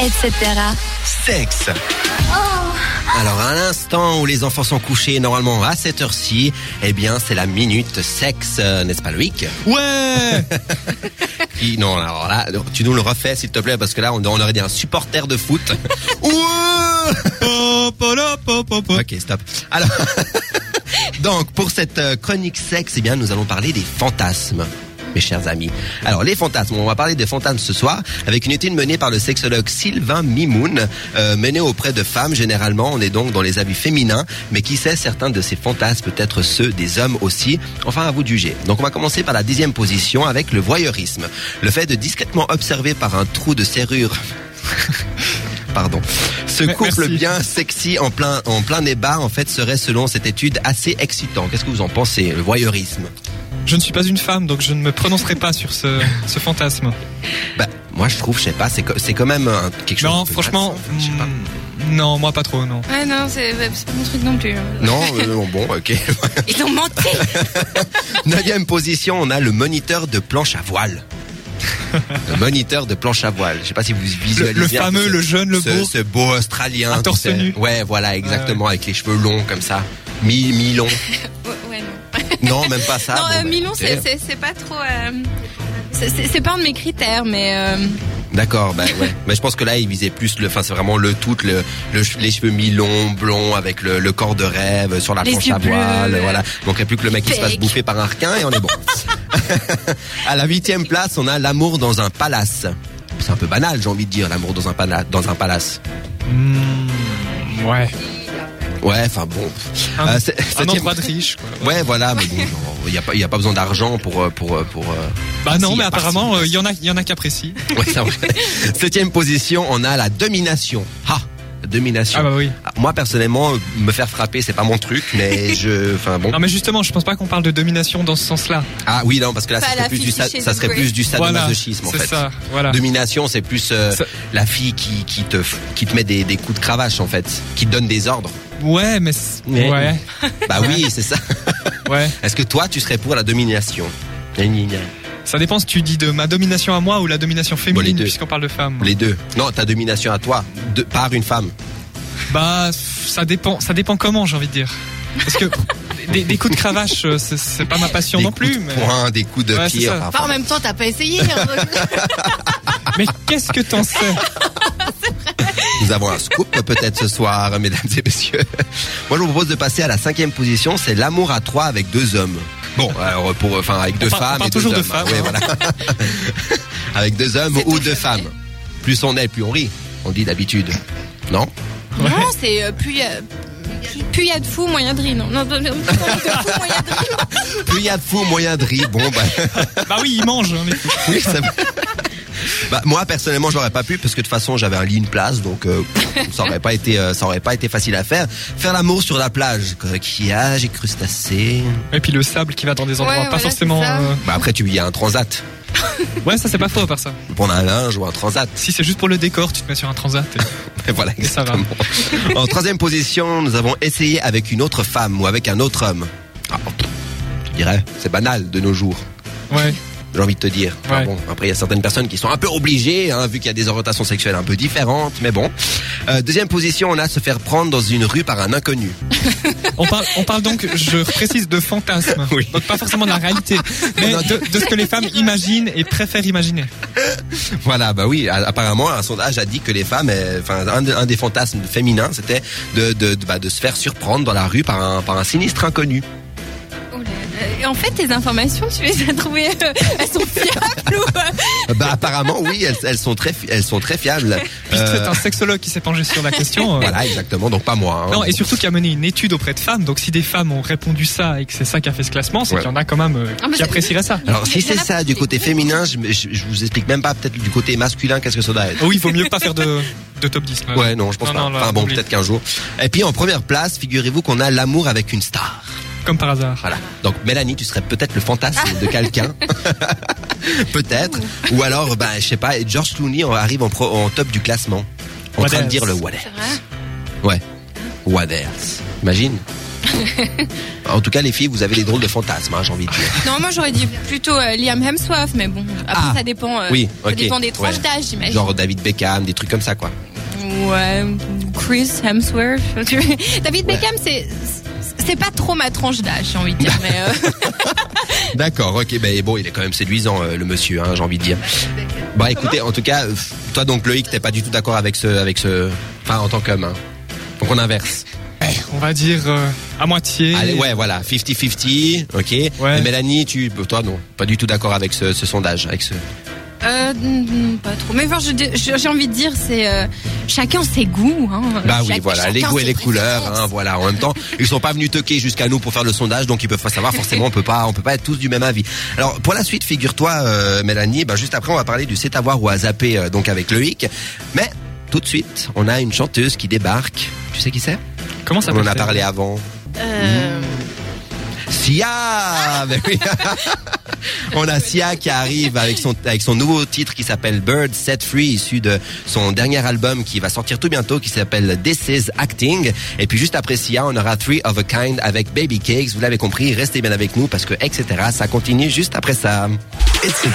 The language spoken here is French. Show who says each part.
Speaker 1: etc.
Speaker 2: Sexe. Alors à l'instant où les enfants sont couchés, normalement à cette heure-ci, eh bien c'est la minute sexe, euh, n'est-ce pas Loïc
Speaker 3: Ouais
Speaker 2: Qui- Non, alors là, tu nous le refais s'il te plaît, parce que là on, on aurait dit un supporter de foot. Ouh
Speaker 3: Pop, pop, pop, pop, pop.
Speaker 2: Ok, stop. Alors, donc pour cette euh, chronique sexe, eh bien nous allons parler des fantasmes. Mes chers amis. Alors les fantasmes, on va parler des fantasmes ce soir avec une étude menée par le sexologue Sylvain Mimoun, euh, menée auprès de femmes généralement. On est donc dans les habits féminins, mais qui sait, certains de ces fantasmes peut être ceux des hommes aussi. Enfin, à vous de juger. Donc on va commencer par la dixième position avec le voyeurisme, le fait de discrètement observer par un trou de serrure. Pardon. Ce
Speaker 3: Me-
Speaker 2: couple
Speaker 3: merci.
Speaker 2: bien un sexy en plein, en plein débat, en fait, serait selon cette étude assez excitant. Qu'est-ce que vous en pensez Le voyeurisme
Speaker 3: Je ne suis pas une femme, donc je ne me prononcerai pas sur ce, ce fantasme.
Speaker 2: Bah, moi, je trouve, je sais pas, c'est co- c'est quand même euh, quelque chose.
Speaker 3: Non,
Speaker 2: un peu
Speaker 3: franchement,
Speaker 2: malsain, en fait, je sais pas.
Speaker 3: mm, non, moi pas trop, non.
Speaker 4: Ouais, Ah non, c'est c'est pas mon truc non plus. hein.
Speaker 2: Non, euh, bon, ok.
Speaker 4: Ils ont menti
Speaker 2: Neuvième position, on a le moniteur de planche à voile. Le moniteur de planche à voile. Je sais pas si vous visualisez.
Speaker 3: Le- le
Speaker 2: un peu
Speaker 3: fameux,
Speaker 2: ce-
Speaker 3: le jeune, le
Speaker 2: ce-
Speaker 3: beau.
Speaker 2: Ce beau australien.
Speaker 3: Un
Speaker 2: tu
Speaker 3: torse
Speaker 2: sais.
Speaker 3: nu.
Speaker 2: Ouais, voilà, exactement, avec les cheveux longs comme ça. Mi, mi long.
Speaker 4: Ouais, ouais, non.
Speaker 2: Non, même pas ça.
Speaker 4: non,
Speaker 2: Bon,
Speaker 4: euh,
Speaker 2: bah,
Speaker 4: Milon,
Speaker 2: écoutez.
Speaker 4: c'est- c'est c'est pas trop. euh, c'est- C'est c'est pas un de mes critères, mais. euh,
Speaker 2: D'accord, bah ouais. Mais je pense que là, il visait plus le, enfin, c'est vraiment le tout, le, le che- les cheveux mi-longs, blonds, avec le, le corps de rêve, euh, sur la
Speaker 4: Les
Speaker 2: planche
Speaker 4: yeux
Speaker 2: à
Speaker 4: bleus.
Speaker 2: voile, euh, voilà. Il manquerait plus que le mec qui se fasse
Speaker 4: Pec.
Speaker 2: bouffer par un requin et on est bon. à la huitième place, on a l'amour dans un palace. C'est un peu banal, j'ai envie de dire, l'amour dans un palace, dans un palace.
Speaker 3: Mm, ouais.
Speaker 2: Ouais, enfin bon.
Speaker 3: Un,
Speaker 2: Euh, c'est-
Speaker 3: un
Speaker 2: septième-
Speaker 3: endroit de riche, quoi.
Speaker 2: Ouais, voilà, mais bon, il n'y a pas, il y a pas besoin d'argent pour, euh, pour, euh, pour, euh,
Speaker 3: Bah non,
Speaker 2: si,
Speaker 3: mais
Speaker 2: à part
Speaker 3: apparemment,
Speaker 2: si.
Speaker 3: euh, il y en a, il y en a qui apprécient.
Speaker 2: Ouais, c'est vrai. Septième position, on a la domination. Ah, la domination.
Speaker 3: Ah bah oui.
Speaker 2: Ah, Moi personnellement, euh, me faire frapper, c'est pas mon truc, mais je, enfin bon.
Speaker 3: Non, mais justement, je pense pas qu'on parle de domination dans ce sens-là.
Speaker 2: Ah oui, non, parce que là,
Speaker 4: Pas
Speaker 2: ça
Speaker 4: la
Speaker 2: serait plus du,
Speaker 4: Fifty
Speaker 2: sa-
Speaker 4: Shades
Speaker 2: ça
Speaker 4: of
Speaker 2: serait
Speaker 4: Grey.
Speaker 2: plus du
Speaker 3: Voilà.
Speaker 2: sadomasochisme en
Speaker 3: C'est
Speaker 2: fait.
Speaker 3: ça, voilà.
Speaker 2: Domination, c'est plus euh,
Speaker 3: Ça-
Speaker 2: la fille qui, qui te f- qui te met des, des coups de cravache en fait, qui te donne des ordres.
Speaker 3: Ouais, mais. c'est-
Speaker 2: Mais-
Speaker 3: Ouais,
Speaker 2: Bah oui, c'est ça.
Speaker 3: ouais.
Speaker 2: Est-ce que toi, tu serais pour la domination Gna, gna, gna.
Speaker 3: Ça dépend si tu dis de ma domination à moi ou la domination
Speaker 2: les
Speaker 3: féminine,
Speaker 2: deux.
Speaker 3: puisqu'on parle de femmes.
Speaker 2: Les deux. Non, ta domination à toi, de, par une femme.
Speaker 3: Bah, ça dépend, ça dépend comment, j'ai envie de dire. Parce que des, des coups de cravache, euh, c'est- c'est pas ma passion
Speaker 2: des
Speaker 3: non
Speaker 2: coups
Speaker 3: plus.
Speaker 2: de
Speaker 3: Mais,
Speaker 2: poing, des coups de
Speaker 3: Ouais, c'est
Speaker 2: pied.
Speaker 3: ça.
Speaker 2: enfin,
Speaker 4: Enfin, en même temps, t'as pas essayé. hein.
Speaker 3: mais qu'est-ce que t'en sais
Speaker 2: Nous avons un scoop peut-être ce soir, mesdames et messieurs. Moi, je vous propose de passer à la cinquième position. C'est l'amour à trois avec deux hommes. Bon, alors pour, enfin, avec deux
Speaker 3: part- on
Speaker 2: femmes
Speaker 3: part
Speaker 2: et deux
Speaker 3: toujours de
Speaker 2: hommes.
Speaker 3: femmes,
Speaker 2: Oui,
Speaker 3: hein.
Speaker 2: voilà. avec deux hommes
Speaker 4: C'est
Speaker 2: ou
Speaker 4: tout
Speaker 2: deux
Speaker 4: fait.
Speaker 2: femmes. Plus on est, plus on rit. On dit d'habitude. Non
Speaker 4: Non, c'est euh, plus. euh, Plus il y a de fous, moyen de rire. Non, non, non, non, plus il y a de fous, moyen de rire.
Speaker 2: Plus il y a de fous, moyen de rire. Bon, bah,
Speaker 3: Bah oui, il mange. hein, mais-
Speaker 2: oui, ça... Bah, moi personnellement, j'aurais pas pu parce que de toute façon, j'avais un lit, une place, donc euh, pff, ça aurait pas été, euh, ça aurait pas été facile à faire. Faire l'amour sur la plage, coquillage et crustacés.
Speaker 3: Et puis le sable qui va dans des endroits
Speaker 4: Ouais,
Speaker 3: pas
Speaker 4: voilà,
Speaker 3: forcément.
Speaker 4: c'est ça.
Speaker 3: euh,
Speaker 2: Bah après, tu y a un transat.
Speaker 3: Ouais, ça c'est pas faux à part ça.
Speaker 2: prendre un linge ou un transat.
Speaker 3: Si c'est juste pour le décor, tu te mets sur un transat. et-
Speaker 2: Et voilà,
Speaker 3: Et ça va.
Speaker 2: exactement. en troisième position, nous avons essayé avec une autre femme ou avec un autre homme. Ah, je dirais, c'est banal de nos jours.
Speaker 3: Ouais.
Speaker 2: J'ai envie de te dire. Enfin,
Speaker 3: Ouais.
Speaker 2: bon, après, il y a certaines personnes qui sont un peu obligées, hein, vu qu'il y a des orientations sexuelles un peu différentes, mais bon. Euh, deuxième position, on a se faire prendre dans une rue par un inconnu.
Speaker 3: On parle, on parle donc, je précise, de fantasme.
Speaker 2: Oui.
Speaker 3: Donc pas forcément de la réalité, mais de, de ce que les femmes imaginent et préfèrent imaginer.
Speaker 2: Voilà, bah oui, a- apparemment, un sondage a dit que les femmes, euh, enfin, un, de- un des fantasmes féminins, c'était de, de, de- bah, de se faire surprendre dans la rue par un, par un sinistre inconnu.
Speaker 4: Oh là là. Et En fait, tes informations, tu les as trouvées. euh, Elles sont fiables ou. euh,
Speaker 2: Bah apparemment oui, elles, elles sont très fi- elles sont très fiables.
Speaker 3: Puisque
Speaker 2: Euh,
Speaker 3: c'est un sexologue qui s'est penché sur la question. euh,
Speaker 2: Voilà exactement, donc pas moi. hein.
Speaker 3: Non, et surtout qui a mené une étude auprès de femmes. Donc, si des femmes ont répondu ça et que c'est ça qui a fait ce classement, c'est
Speaker 2: Ouais.
Speaker 3: qu'il y en a quand même euh,
Speaker 4: Ah, mais
Speaker 3: qui
Speaker 4: c'est-
Speaker 3: apprécieraient ça.
Speaker 2: Alors si
Speaker 4: Il y en
Speaker 2: c'est
Speaker 4: a
Speaker 2: ça
Speaker 4: qui
Speaker 2: du
Speaker 4: les
Speaker 2: côté
Speaker 4: font.
Speaker 2: féminin, je, je, je vous explique même pas peut-être du côté masculin qu'est-ce que ça doit être.
Speaker 3: Ah Oui, il vaut mieux pas faire de, de top 10. là.
Speaker 2: Ouais non, je pense
Speaker 3: Non,
Speaker 2: pas.
Speaker 3: non, là,
Speaker 2: enfin bon,
Speaker 3: oublie.
Speaker 2: peut-être qu'un jour. Et puis en première place, figurez-vous qu'on a l'amour avec une star.
Speaker 3: Comme par hasard.
Speaker 2: Voilà. Donc Mélanie, tu serais peut-être le fantasme de quelqu'un. peut-être. Ou alors ben je sais pas, et George Clooney on arrive en, pro- en top du classement. En
Speaker 3: What
Speaker 2: train de
Speaker 3: else
Speaker 2: dire le what
Speaker 4: C'est
Speaker 2: else.
Speaker 4: vrai
Speaker 2: Ouais. What else. Imagine. En tout cas, les filles, vous avez des drôles de fantasmes, hein, j'ai envie de dire.
Speaker 4: Non, moi j'aurais dit plutôt euh, Liam Hemsworth, mais bon, après
Speaker 2: Ah.
Speaker 4: ça dépend. euh,
Speaker 2: Oui,
Speaker 4: Ça
Speaker 2: ok,
Speaker 4: dépend des tranches
Speaker 2: ouais.
Speaker 4: d'âge, j'imagine.
Speaker 2: Genre David Beckham, des trucs comme ça, quoi.
Speaker 4: Ouais, Chris Hemsworth. David
Speaker 2: Ouais.
Speaker 4: Beckham, c'est c'est pas trop ma tranche d'âge, j'ai envie de dire. mais, euh,
Speaker 2: D'accord, ok, ben bon, il est quand même séduisant, euh, le monsieur, hein, j'ai envie de dire. Bon, écoutez, en tout cas, euh, toi donc, Loïc, t'es pas du tout d'accord avec ce, avec ce, enfin, en tant qu'homme, hein. Donc on inverse.
Speaker 3: On va dire euh, à moitié.
Speaker 2: Allez, ouais, voilà, 50-50, ok.
Speaker 3: Ouais.
Speaker 2: Et Mélanie, tu, toi, non, pas du tout d'accord avec ce, ce sondage, avec ce.
Speaker 4: euh, mm, pas trop. Mais enfin, je dis- je- j'ai envie de dire, c'est euh, chacun ses goûts. Hein.
Speaker 2: Bah oui,
Speaker 4: Chac-
Speaker 2: voilà,
Speaker 4: chacun
Speaker 2: les goûts et
Speaker 4: ses
Speaker 2: les couleurs, hein,
Speaker 4: préférences.
Speaker 2: voilà. En même temps, ils sont pas venus toquer jusqu'à nous pour faire le sondage, donc ils peuvent pas savoir. Forcément, on peut pas, on peut pas être tous du même avis. Alors pour la suite, figure-toi, euh, Mélanie, bah, juste après, on va parler du c'est à voir ou à zapper, euh, donc avec Loïc. Mais tout de suite, on a une chanteuse qui débarque. Tu sais qui c'est
Speaker 3: Comment ça
Speaker 2: On en a
Speaker 3: s'appelle
Speaker 2: parlé avant.
Speaker 4: Euh,
Speaker 2: Sia Ben oui. On a Sia qui arrive avec son, avec son nouveau titre qui s'appelle Bird Set Free, issu de son dernier album qui va sortir tout bientôt, qui s'appelle This Is Acting. Et puis juste après Sia, on aura Three of a Kind avec Baby Cakes. Vous l'avez compris, restez bien avec nous parce que etc. Ça continue juste après ça. Etc.